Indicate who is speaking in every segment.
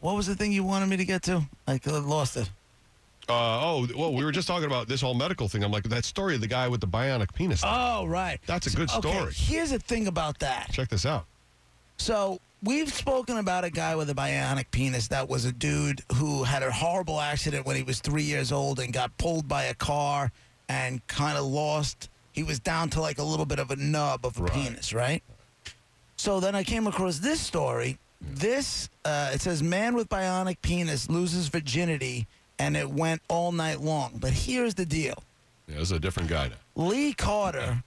Speaker 1: What was the thing you wanted me to get to? I c- lost it.
Speaker 2: Uh, oh, well, we were just talking about this whole medical thing. I'm like, that story of the guy with the bionic penis.
Speaker 1: Oh, right.
Speaker 2: That's a good
Speaker 1: So- okay,
Speaker 2: story.
Speaker 1: here's the thing about that.
Speaker 2: Check this out.
Speaker 1: So we've spoken about a guy with a bionic penis that was a dude who had a horrible accident when he was three years old and got pulled by a car and kind of lost. He was down to like a little bit of a nub of a
Speaker 2: Right.
Speaker 1: penis, right? So then I came across this story. This uh, it says man with bionic penis loses virginity and it went all night long. But here's the deal.
Speaker 2: Yeah, this is a different guy now.
Speaker 1: Lee Carter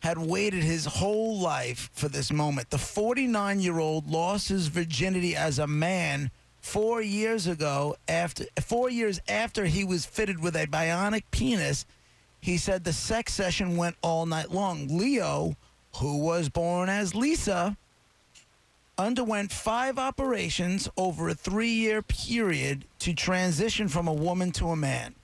Speaker 1: had waited his whole life for this moment. The 49 year old lost his virginity as a man four years ago after four years after he was fitted with a bionic penis he said the sex session went all night long leo who was born as lisa underwent five operations over a three year period to transition from a woman to a man.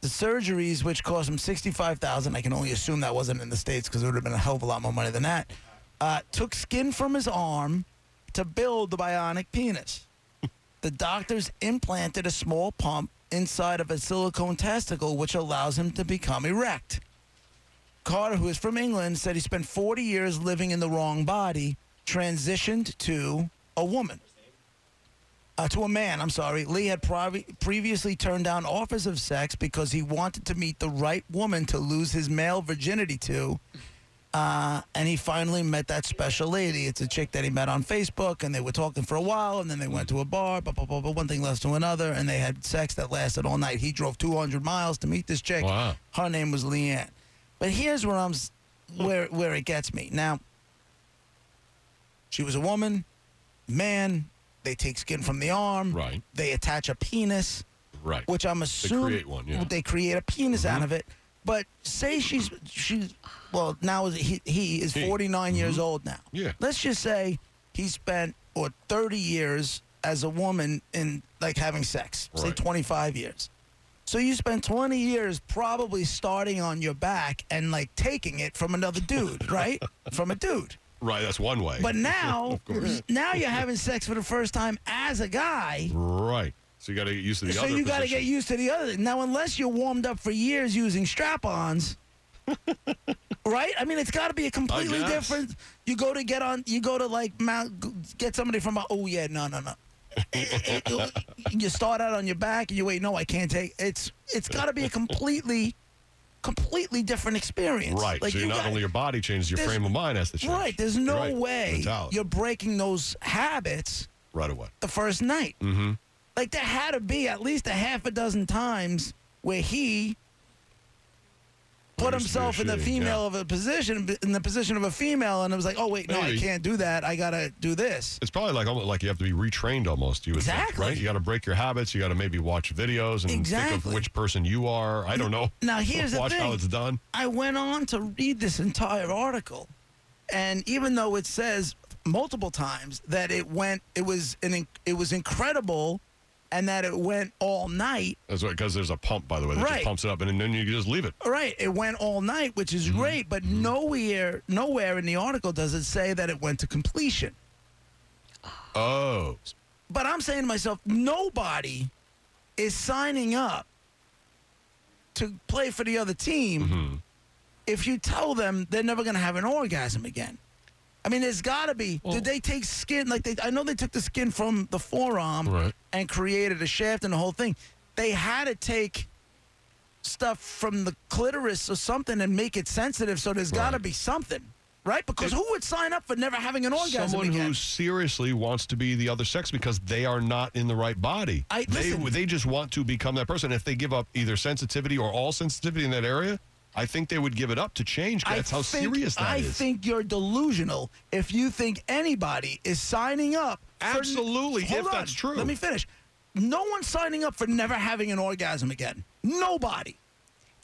Speaker 1: The surgeries, which cost him sixty-five thousand, I can only assume that wasn't in the states because it would have been a hell of a lot more money than that. Uh, took skin from his arm to build the bionic penis. the doctors implanted a small pump inside of a silicone testicle, which allows him to become erect. Carter, who is from England, said he spent 40 years living in the wrong body, transitioned to a woman. Uh, to a man, I'm sorry. Lee had provi- previously turned down offers of sex because he wanted to meet the right woman to lose his male virginity to. Uh, and he finally met that special lady. It's a chick that he met on Facebook, and they were talking for a while, and then they went to a bar, blah, blah, blah, blah, one thing leads to another, and they had sex that lasted all night. He drove 200 miles to meet this chick.
Speaker 2: Wow.
Speaker 1: Her name was Leanne. But here's where I'm, s- where where it gets me. Now, she was a woman, man. They take skin from the arm.
Speaker 2: Right.
Speaker 1: They attach a penis,
Speaker 2: Right.
Speaker 1: which I'm assuming
Speaker 2: create one, yeah. Mm-hmm.
Speaker 1: They create a penis out of it. But say she's she's well now is he he is
Speaker 2: He. Mm-hmm.
Speaker 1: 49 years old now.
Speaker 2: Yeah.
Speaker 1: Let's just say he spent or 30 years as a woman in like having sex. Say
Speaker 2: Right.
Speaker 1: 25 years. So you spent 20 years probably starting on your back and like taking it from another dude, right? From a dude.
Speaker 2: right, that's one way.
Speaker 1: But now, now you're having sex for the first time as a guy.
Speaker 2: right. So you got to get used to the
Speaker 1: so
Speaker 2: other
Speaker 1: you got to get
Speaker 2: position.
Speaker 1: used to the other. Now, unless you're warmed up for years using strap-ons, right? I mean, it's got to be a completely
Speaker 2: guess.
Speaker 1: different. You go to get on. You go to like mount, g- get somebody from. a- Oh yeah, no, no, no. you start out on your back and you wait. No, I can't take. It's it's got to be a completely, completely different experience.
Speaker 2: Right. so you
Speaker 1: you
Speaker 2: not
Speaker 1: got-
Speaker 2: only your body changes, your
Speaker 1: There's-
Speaker 2: frame of mind has to change.
Speaker 1: right. There's no
Speaker 2: Right.
Speaker 1: way
Speaker 2: Mentality.
Speaker 1: you're breaking those habits
Speaker 2: Right away.
Speaker 1: the first night. Mm-hmm. Like there had to be at least a half a dozen times where he put
Speaker 2: Understood
Speaker 1: himself in the
Speaker 2: shitty,
Speaker 1: female
Speaker 2: yeah.
Speaker 1: of a position in the position of a female, and it was like, oh wait, no, I
Speaker 2: Maybe.
Speaker 1: can't do that. I gotta do this.
Speaker 2: It's probably like almost like you have to be retrained almost. You would think,
Speaker 1: Exactly.
Speaker 2: right? You got to break your habits. You got to maybe watch videos and think
Speaker 1: Exactly.
Speaker 2: of which person you are. I don't know.
Speaker 1: Now, here's the
Speaker 2: watch how
Speaker 1: thing.
Speaker 2: it's done.
Speaker 1: I went on to read this entire article, and even though it says multiple times that it went, it was an in- it was incredible, and that it went all night.
Speaker 2: That's because there's a pump, by the way, that
Speaker 1: Right.
Speaker 2: just pumps it up, and then you just leave it.
Speaker 1: Right, it went all night, which is great, but nowhere, nowhere in the article does it say that it went to completion.
Speaker 2: Oh,
Speaker 1: But I'm saying to myself, nobody is signing up to play for the other team
Speaker 2: Mm-hmm.
Speaker 1: if you tell them they're never going to have an orgasm again. I mean, there's got to be.
Speaker 2: Well-
Speaker 1: did they take skin? Like they, I know they took the skin from the forearm
Speaker 2: Right.
Speaker 1: and created a shaft and the whole thing. They had to take stuff from the clitoris or something and make it sensitive. So there's got to
Speaker 2: Right.
Speaker 1: be something, right? Because who would sign up for never having an orgasm
Speaker 2: someone
Speaker 1: again?
Speaker 2: who seriously wants to be the other sex because they are not in the right body.
Speaker 1: I-
Speaker 2: they
Speaker 1: listen.
Speaker 2: they just want to become that person. If they give up either sensitivity or all sensitivity in that area, I think they would give it up to change. 'cause That's how
Speaker 1: think-
Speaker 2: serious that
Speaker 1: I
Speaker 2: is.
Speaker 1: think you're delusional if you think anybody is signing up. for-
Speaker 2: Absolutely,
Speaker 1: Hold
Speaker 2: if
Speaker 1: on,
Speaker 2: that's true.
Speaker 1: Let me finish. no one's signing up for never having an orgasm again. Nobody.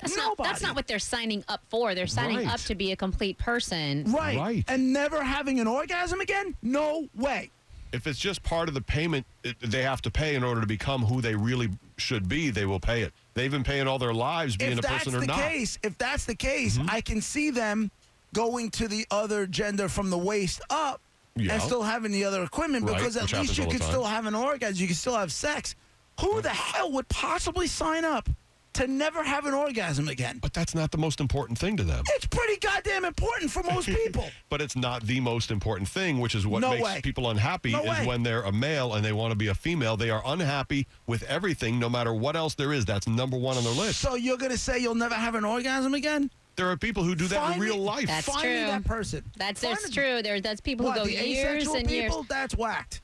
Speaker 3: That's not,
Speaker 1: Nobody.
Speaker 3: that's not what they're signing up for. They're signing
Speaker 2: Right.
Speaker 3: up to be a complete person.
Speaker 1: Right.
Speaker 2: Right.
Speaker 1: And never having an orgasm again? No way.
Speaker 2: If it's just part of the payment it- they have to pay in order to become who they really should be, they will pay it. They've been paying all their lives being
Speaker 1: if
Speaker 2: a
Speaker 1: that's
Speaker 2: person or
Speaker 1: the
Speaker 2: not. Mm-hmm.
Speaker 1: case, if that's the case, I can see them going to the other gender from the waist up
Speaker 2: Yeah.
Speaker 1: and still having the other equipment
Speaker 2: Right,
Speaker 1: because at
Speaker 2: which
Speaker 1: least
Speaker 2: happens
Speaker 1: you
Speaker 2: all the
Speaker 1: could
Speaker 2: time.
Speaker 1: still have an orgasm, you could still have sex. Who the hell would possibly sign up to never have an orgasm again?
Speaker 2: But that's not the most important thing to them.
Speaker 1: It's pretty goddamn important for most people.
Speaker 2: But it's not the most important thing, which is what
Speaker 1: No
Speaker 2: makes
Speaker 1: way.
Speaker 2: people unhappy
Speaker 1: No
Speaker 2: is
Speaker 1: way.
Speaker 2: when they're a male and they want to be a female. They are unhappy with everything, no matter what else there is. That's number one on their list.
Speaker 1: so you're gonna say you'll never have an orgasm again?
Speaker 2: there are people who do that in
Speaker 1: Find
Speaker 2: real
Speaker 1: me-
Speaker 2: life.
Speaker 3: That's
Speaker 1: find me
Speaker 3: true.
Speaker 1: that person.
Speaker 3: That's,
Speaker 1: Find
Speaker 3: that's
Speaker 1: me-
Speaker 3: true. There, that's people
Speaker 1: What,
Speaker 3: who go
Speaker 1: the
Speaker 3: years
Speaker 1: asexual
Speaker 3: and years.
Speaker 1: people? That's whacked.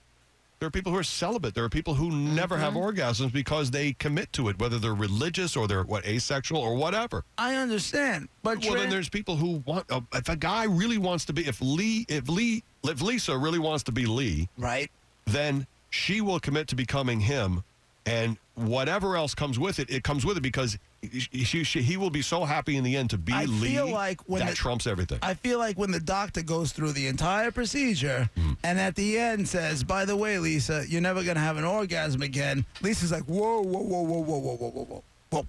Speaker 2: There are people who are celibate. There are people who never have
Speaker 1: Mm-hmm.
Speaker 2: orgasms because they commit to it, whether they're religious or they're what asexual or whatever.
Speaker 1: I understand, but
Speaker 2: Well, then
Speaker 1: Tran-
Speaker 2: there's people who want. Uh, if a guy really wants to be, if Lee, if Lee, if Lisa really wants to be Lee,
Speaker 1: right.
Speaker 2: then she will commit to becoming him and whatever else comes with it it comes with it because he, she, she, he will be so happy in the end to be
Speaker 1: I
Speaker 2: lee
Speaker 1: feel like when
Speaker 2: that
Speaker 1: the-
Speaker 2: trumps everything
Speaker 1: I feel like when the doctor goes through the entire procedure
Speaker 2: Hmm.
Speaker 1: and at the end says, "By the way, Lisa, you're never gonna have an orgasm again." Lisa's like, "Whoa, whoa, whoa, whoa, whoa, whoa, whoa, whoa, whoa, whoa."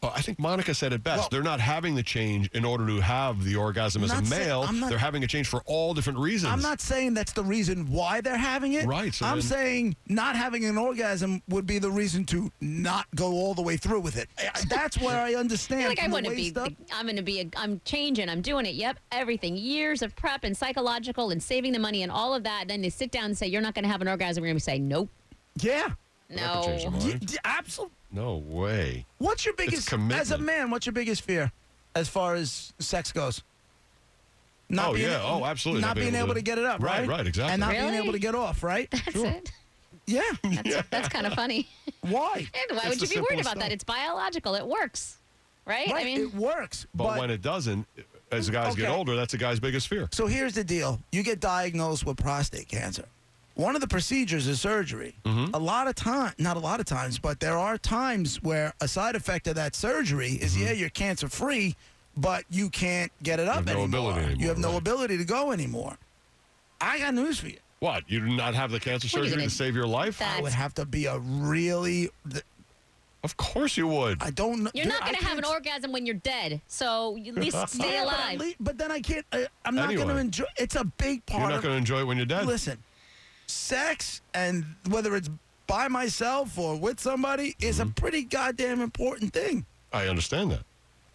Speaker 2: But I think monica said it best
Speaker 1: Well-
Speaker 2: they're not having the change in order to have the orgasm as a
Speaker 1: I'm not saying-
Speaker 2: male
Speaker 1: I'm not-
Speaker 2: they're having a change for all different reasons
Speaker 1: I'm not saying that's the reason why they're having it.
Speaker 2: Right, so
Speaker 1: I'm
Speaker 2: then-
Speaker 1: saying not having an orgasm would be the reason to not go all the way through with it. I- I- That's where I understand.
Speaker 3: feel like I
Speaker 1: from the
Speaker 3: want to be.
Speaker 1: waist up-
Speaker 3: I'm going to be. A, I'm changing. I'm doing it. Yep, everything. Years of prep and psychological and saving the money and all of that. And then they sit down and say, "You're not going to have an orgasm." We're going to say, "Nope,
Speaker 1: Yeah.
Speaker 2: That could change their
Speaker 3: no."
Speaker 2: mind.
Speaker 1: Y- d- absolute-
Speaker 2: no way
Speaker 1: What's your biggest as a
Speaker 2: commitment.
Speaker 1: man? What's your biggest fear as far as sex goes?
Speaker 2: Oh, yeah. Oh, absolutely.
Speaker 1: Not, being, able, to, get it up, right?
Speaker 2: Right, right, exactly.
Speaker 1: And not being
Speaker 3: Really?
Speaker 1: able to get off, right?
Speaker 3: That's it.
Speaker 1: yeah.
Speaker 3: That's, that's kind of funny.
Speaker 1: Why?
Speaker 3: And why
Speaker 2: It's
Speaker 3: would
Speaker 2: the
Speaker 3: you be worried
Speaker 2: simplest
Speaker 3: about
Speaker 2: stuff.
Speaker 3: that? It's biological. It works, right? I
Speaker 1: Right.
Speaker 3: mean,
Speaker 1: it works.
Speaker 2: but, when it doesn't as guys get
Speaker 1: Okay.
Speaker 2: older that's a guy's biggest fear
Speaker 1: So here's the deal you get diagnosed with prostate cancer. One of the procedures is surgery.
Speaker 2: Mm-hmm.
Speaker 1: A lot of time, not a lot of times, but there are times where a side effect of that surgery is yeah, you're cancer free, but you can't get it up
Speaker 2: Mm-hmm. have no
Speaker 1: anymore.
Speaker 2: ability
Speaker 1: You
Speaker 2: anymore,
Speaker 1: have no
Speaker 2: right.
Speaker 1: ability to go anymore. I got news for you.
Speaker 2: what you do not have the cancer
Speaker 3: What are you
Speaker 2: surgery
Speaker 3: gonna-
Speaker 2: to save your life
Speaker 3: That-
Speaker 1: I would have to be a really. th-
Speaker 2: of course you would
Speaker 1: I don't. know-
Speaker 3: you're
Speaker 1: dude,
Speaker 3: not
Speaker 1: I
Speaker 3: going to have an
Speaker 1: can't-
Speaker 3: orgasm when you're dead. So you at least stay
Speaker 1: Yeah, but at
Speaker 3: alive.
Speaker 1: lea- But, then I can't. I, I'm not going to
Speaker 2: Anyway.
Speaker 1: enjoy. It's a big part.
Speaker 2: you're not
Speaker 1: of,
Speaker 2: going to enjoy it when you're dead
Speaker 1: Listen, sex and whether it's by myself or with somebody is
Speaker 2: Mm-hmm.
Speaker 1: a pretty goddamn important thing.
Speaker 2: i understand that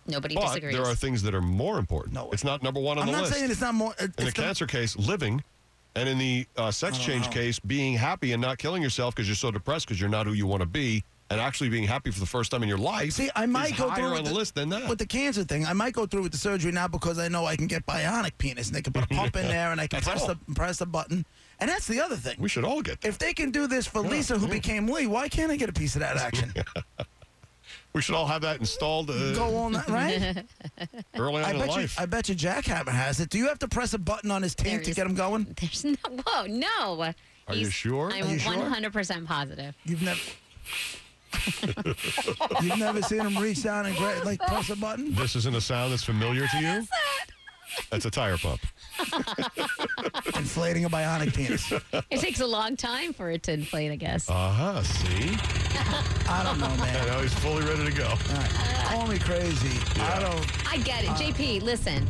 Speaker 3: Nobody
Speaker 2: But
Speaker 3: disagrees.
Speaker 2: there are things that are more important.
Speaker 1: No way.
Speaker 2: it's not number one on
Speaker 1: I'm
Speaker 2: the
Speaker 1: not
Speaker 2: list.
Speaker 1: saying it's not more. It,
Speaker 2: in the
Speaker 1: it's the-
Speaker 2: cancer case, living, and in the uh, sex change case, being happy and not killing yourself because you're so depressed because you're not who you want to be, and actually being happy for the first time in your life.
Speaker 1: See, I might
Speaker 2: is
Speaker 1: go
Speaker 2: higher
Speaker 1: through with
Speaker 2: on the, list than that.
Speaker 1: with the cancer thing. I might go through with the surgery now because I know I can get bionic penis, and they can put a pump in there, and I can
Speaker 2: That's
Speaker 1: press
Speaker 2: all.
Speaker 1: the press the button. And that's the other thing.
Speaker 2: we should all get. That.
Speaker 1: if they can do this for Lisa, who became Lee, why can't I get a piece of that action?
Speaker 2: We should all have that installed uh,
Speaker 1: Go all night, right?
Speaker 2: early on
Speaker 1: I
Speaker 2: in
Speaker 1: bet you.
Speaker 2: life.
Speaker 1: I bet you Jackhammer has it. Do you have to press a button on his
Speaker 3: There
Speaker 1: teeth to
Speaker 3: is-
Speaker 1: get him going?
Speaker 3: There's no. Whoa, no.
Speaker 2: Are you sure?
Speaker 3: I'm
Speaker 2: Are
Speaker 1: you sure?
Speaker 3: 100% positive.
Speaker 1: You've never. You've never seen him reach down and gra- like press a button.
Speaker 2: this isn't a sound that's familiar to you. That's a tire pump.
Speaker 1: Inflating a bionic penis.
Speaker 3: It takes a long time for it to inflate, I guess.
Speaker 2: Uh huh. See,
Speaker 1: I don't know, man.
Speaker 2: and now he's fully ready to go.
Speaker 1: Call me crazy. I don't.
Speaker 3: I get it. JP, listen.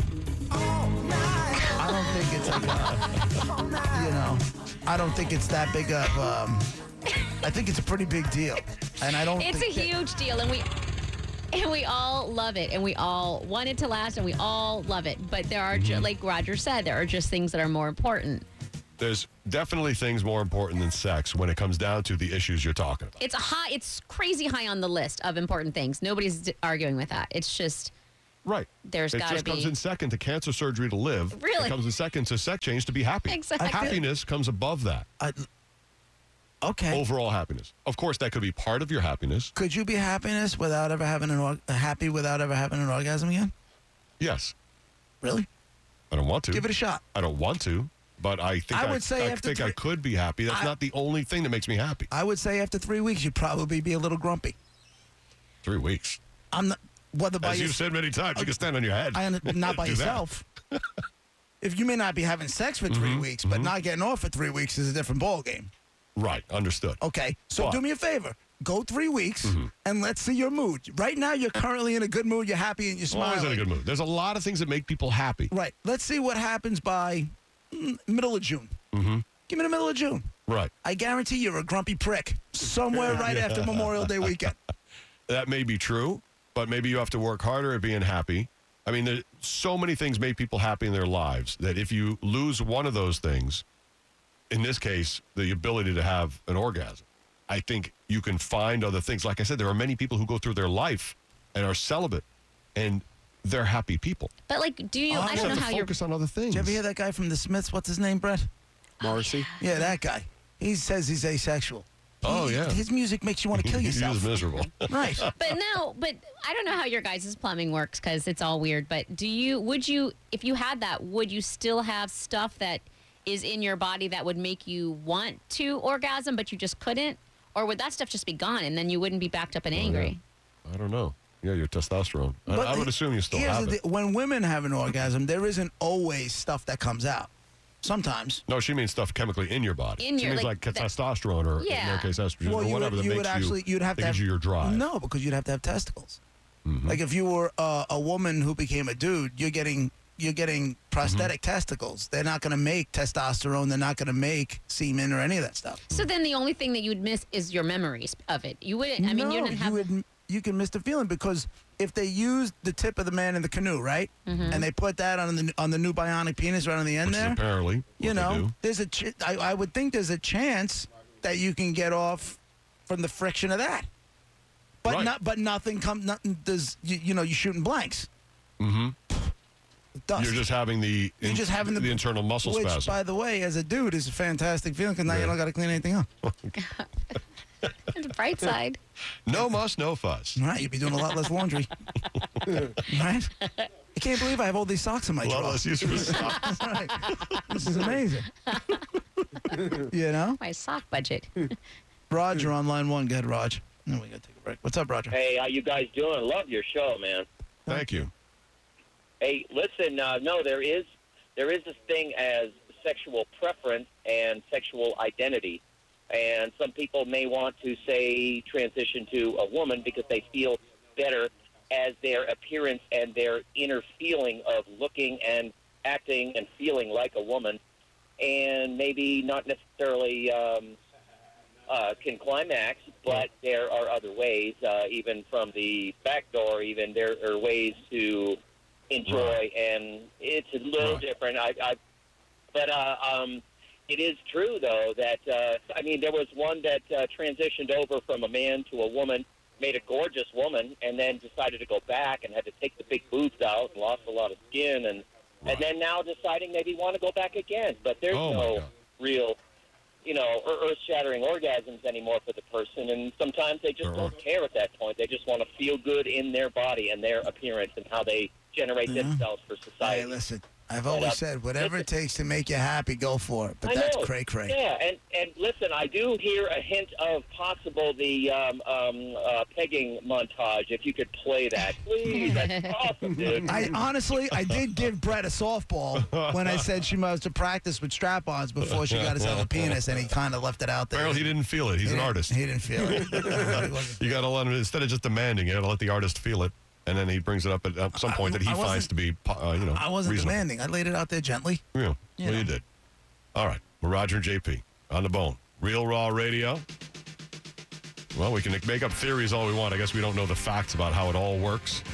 Speaker 1: I don't think it's like a, you know. I don't think it's that big of. Um, I think it's a pretty big deal, and I don't.
Speaker 3: It's a
Speaker 1: think that-
Speaker 3: huge deal and we and we all love it and we all want it to last and we all love it. But there are
Speaker 2: Mm-hmm.
Speaker 3: ju- like Roger said, there are just things that are more important.
Speaker 2: There's definitely things more important than sex when it comes down to the issues you're talking about.
Speaker 3: It's a high it's crazy high on the list of important things. Nobody's d- arguing with that. It's just
Speaker 2: Right.
Speaker 3: There's
Speaker 2: it
Speaker 3: gotta
Speaker 2: just comes
Speaker 3: be-
Speaker 2: in second to cancer surgery to live.
Speaker 3: Really?
Speaker 2: It comes in second to sex change to be happy.
Speaker 3: Exactly.
Speaker 2: Happiness comes above that.
Speaker 1: I- okay.
Speaker 2: Overall happiness. Of course, that could be part of your happiness.
Speaker 1: Could you be happiness without ever having an org- happy without ever having an orgasm again?
Speaker 2: Yes.
Speaker 1: Really?
Speaker 2: I don't want to.
Speaker 1: Give it a shot.
Speaker 2: I don't want to. but I think
Speaker 1: I
Speaker 2: I,
Speaker 1: would say
Speaker 2: I
Speaker 1: after
Speaker 2: think I
Speaker 1: three-
Speaker 2: could be happy. That's
Speaker 1: I-
Speaker 2: not the only thing that makes me happy.
Speaker 1: I would say after three weeks, you'd probably be a little grumpy.
Speaker 2: Three weeks,
Speaker 1: I'm not whether by
Speaker 2: as
Speaker 1: your,
Speaker 2: you've said many times, you can stand on your head.
Speaker 1: I, under- not by
Speaker 2: Do that.
Speaker 1: yourself. if you may not be having sex for
Speaker 2: Mm-hmm,
Speaker 1: 3 weeks, but not getting off for three weeks is a different ballgame.
Speaker 2: Right, understood.
Speaker 1: Okay, so
Speaker 2: But-
Speaker 1: do me a favor. Go three weeks
Speaker 2: Mm-hmm.
Speaker 1: and let's see your mood. Right now, you're currently in a good mood. You're happy and you're
Speaker 2: I'm
Speaker 1: smiling.
Speaker 2: Always in a good mood. There's a lot of things that make people happy.
Speaker 1: Right. Let's see what happens by mm, middle of June. Mm-hmm. Give me the middle of June.
Speaker 2: Right.
Speaker 1: I guarantee you're a grumpy prick somewhere right after Memorial Day weekend.
Speaker 2: That may be true, but maybe you have to work harder at being happy. I mean, there's so many things make people happy in their lives that if you lose one of those things, in this case, the ability to have an orgasm, I think you can find other things. Like I said, there are many people who go through their life and are celibate and they're happy people.
Speaker 3: But like, do you? I
Speaker 2: You
Speaker 3: don't know
Speaker 2: have
Speaker 3: how
Speaker 2: to
Speaker 3: you're.
Speaker 2: focus on other things.
Speaker 1: Did you ever hear that guy from the Smiths? What's his name, Brett?
Speaker 3: Oh,
Speaker 2: Marcy?
Speaker 1: Yeah, that guy. He says he's asexual.
Speaker 2: Oh,
Speaker 1: He-
Speaker 2: yeah.
Speaker 1: His music makes you want to kill
Speaker 2: He is
Speaker 1: yourself.
Speaker 2: miserable.
Speaker 1: right.
Speaker 3: But no, but I don't know how your guys' plumbing works because it's all weird. But do you? Would you? If you had that, would you still have stuff that is in your body that would make you want to orgasm, but you just couldn't? Or would that stuff just be gone and then you wouldn't be backed
Speaker 1: Oh,
Speaker 3: up and angry?
Speaker 2: I don't know. Yeah, your testosterone. I, I would
Speaker 1: the-
Speaker 2: assume you still
Speaker 1: here's
Speaker 2: have
Speaker 1: the
Speaker 2: it.
Speaker 1: thi- when women have an orgasm, there isn't always stuff that comes out. Sometimes.
Speaker 2: No, she means stuff chemically in your body.
Speaker 3: In
Speaker 2: she
Speaker 3: your-
Speaker 2: means like,
Speaker 3: like that-
Speaker 2: testosterone or in
Speaker 3: Yeah.
Speaker 2: their case estrogen or
Speaker 1: you
Speaker 2: whatever
Speaker 1: would,
Speaker 2: that
Speaker 1: you
Speaker 2: makes
Speaker 1: would actually
Speaker 2: you
Speaker 1: would have
Speaker 2: that
Speaker 1: to
Speaker 2: gives
Speaker 1: have
Speaker 2: you your drive. Mm-hmm.
Speaker 1: No, because you'd have to have testicles. Like if you were uh, a woman who became a dude, you're getting you're getting
Speaker 2: Mm-hmm.
Speaker 1: prosthetic testicles. They're not going to make testosterone. They're not going to make semen or any of that stuff.
Speaker 3: So then the only thing that you'd miss is your memories of it. You wouldn't. I mean,
Speaker 1: no,
Speaker 3: you wouldn't have.
Speaker 1: would, you can miss the feeling because if they used the tip of the man in the canoe, right,
Speaker 3: Mm-hmm.
Speaker 1: and they put that on the on the new bionic penis right on the end
Speaker 2: Which is
Speaker 1: there,
Speaker 2: apparently what
Speaker 1: you
Speaker 2: they
Speaker 1: know,
Speaker 2: do.
Speaker 1: there's a ch- I, I would think there's a chance that you can get off from the friction of that. But
Speaker 2: Right.
Speaker 1: not but nothing come nothing does you, you know you're shooting blanks. Mm-hmm. Dust.
Speaker 2: You're just having the
Speaker 1: You're
Speaker 2: in-
Speaker 1: just having the,
Speaker 2: internal muscle
Speaker 1: which,
Speaker 2: spasm.
Speaker 1: by the way, as a dude, is a fantastic feeling because now you
Speaker 2: Yeah.
Speaker 1: don't got to clean anything up. All
Speaker 3: the bright side.
Speaker 2: no muss, no fuss.
Speaker 1: right, you'd be doing a lot less laundry. right? I can't believe I have all these socks in my
Speaker 2: A lot
Speaker 1: drawer.
Speaker 2: less use for socks.
Speaker 1: Right. This is amazing. you know,
Speaker 3: My sock budget.
Speaker 1: Roger on line one. Go ahead, Rog. Then we gotta take a break. What's up, Roger?
Speaker 4: Hey, how you guys doing? Love your show, man.
Speaker 2: Thank you.
Speaker 4: Hey, listen, uh, no, there is there is this thing as sexual preference and sexual identity, and some people may want to say transition to a woman because they feel better as their appearance and their inner feeling of looking and acting and feeling like a woman, and maybe not necessarily um, uh, can climax, but there are other ways, uh, even from the back door. Even there are ways to enjoy,
Speaker 2: Right.
Speaker 4: and it's a little
Speaker 2: Right.
Speaker 4: different. I, I but uh, um, it is true though that uh, I mean there was one that uh, transitioned over from a man to a woman, made a gorgeous woman, and then decided to go back and had to take the big boobs out and lost a lot of skin, and
Speaker 2: Right.
Speaker 4: and then now deciding maybe want to go back again. But there's
Speaker 2: Oh, my
Speaker 4: no
Speaker 2: God.
Speaker 4: real you know, earth shattering orgasms anymore for the person. And sometimes they just
Speaker 2: There
Speaker 4: don't
Speaker 2: are.
Speaker 4: care at that point. They just want to feel good in their body and their appearance and how they generate themselves for society.
Speaker 1: Hey, listen. I've always
Speaker 4: up.
Speaker 1: said whatever it takes to make you happy, go for it. But
Speaker 4: I
Speaker 1: that's
Speaker 4: know.
Speaker 1: cray cray.
Speaker 4: Yeah, and, and listen, I do hear a hint of possible the um, um, uh, pegging montage. If you could play that, please. That's awesome, dude.
Speaker 1: I honestly, I did give Brett a softball when I said she must have practiced with strap-ons before she got herself a penis, and he kind of left it out there.
Speaker 2: Apparently, he didn't feel it. He's an artist.
Speaker 1: He didn't feel it. He wasn't-
Speaker 2: You got to let him, instead of just demanding, you got to let the artist feel it. And then he brings it up at, at some point that he
Speaker 1: I wasn't-
Speaker 2: finds to be, uh, you know,
Speaker 1: I wasn't
Speaker 2: reasonable.
Speaker 1: demanding. I laid it out there gently.
Speaker 2: Yeah.
Speaker 1: You
Speaker 2: well,
Speaker 1: know.
Speaker 2: you did. All right. We're Roger and JP on the bone. Real Raw Radio. Well, we can make up theories all we want. I guess we don't know the facts about how it all works.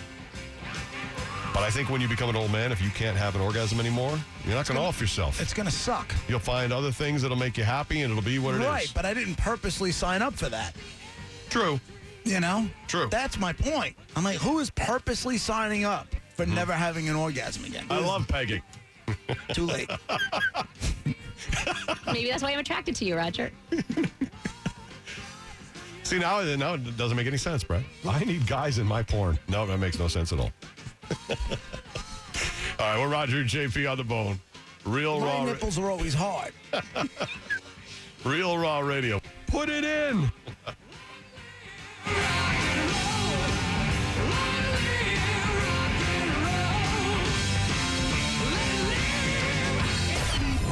Speaker 2: But I think when you become an old man, if you can't have an orgasm anymore, you're not going to off yourself.
Speaker 1: It's gonna suck.
Speaker 2: You'll find other things that'll make you happy, and it'll be what it is.
Speaker 1: right, but I didn't purposely sign up for that.
Speaker 2: True.
Speaker 1: You know?
Speaker 2: True.
Speaker 1: That's my point. I'm like, who is purposely signing up for never having an orgasm again?
Speaker 2: Mm-hmm. I love pegging.
Speaker 1: Too late.
Speaker 3: Maybe that's why I'm attracted to you, Roger.
Speaker 2: See, now, now it doesn't make any sense, Brad. I need guys in my porn. No, that makes no sense at all. all right, we're Roger and JP on the bone. Real
Speaker 1: My
Speaker 2: raw,
Speaker 1: nipples are always hard.
Speaker 2: real raw radio. Put it in.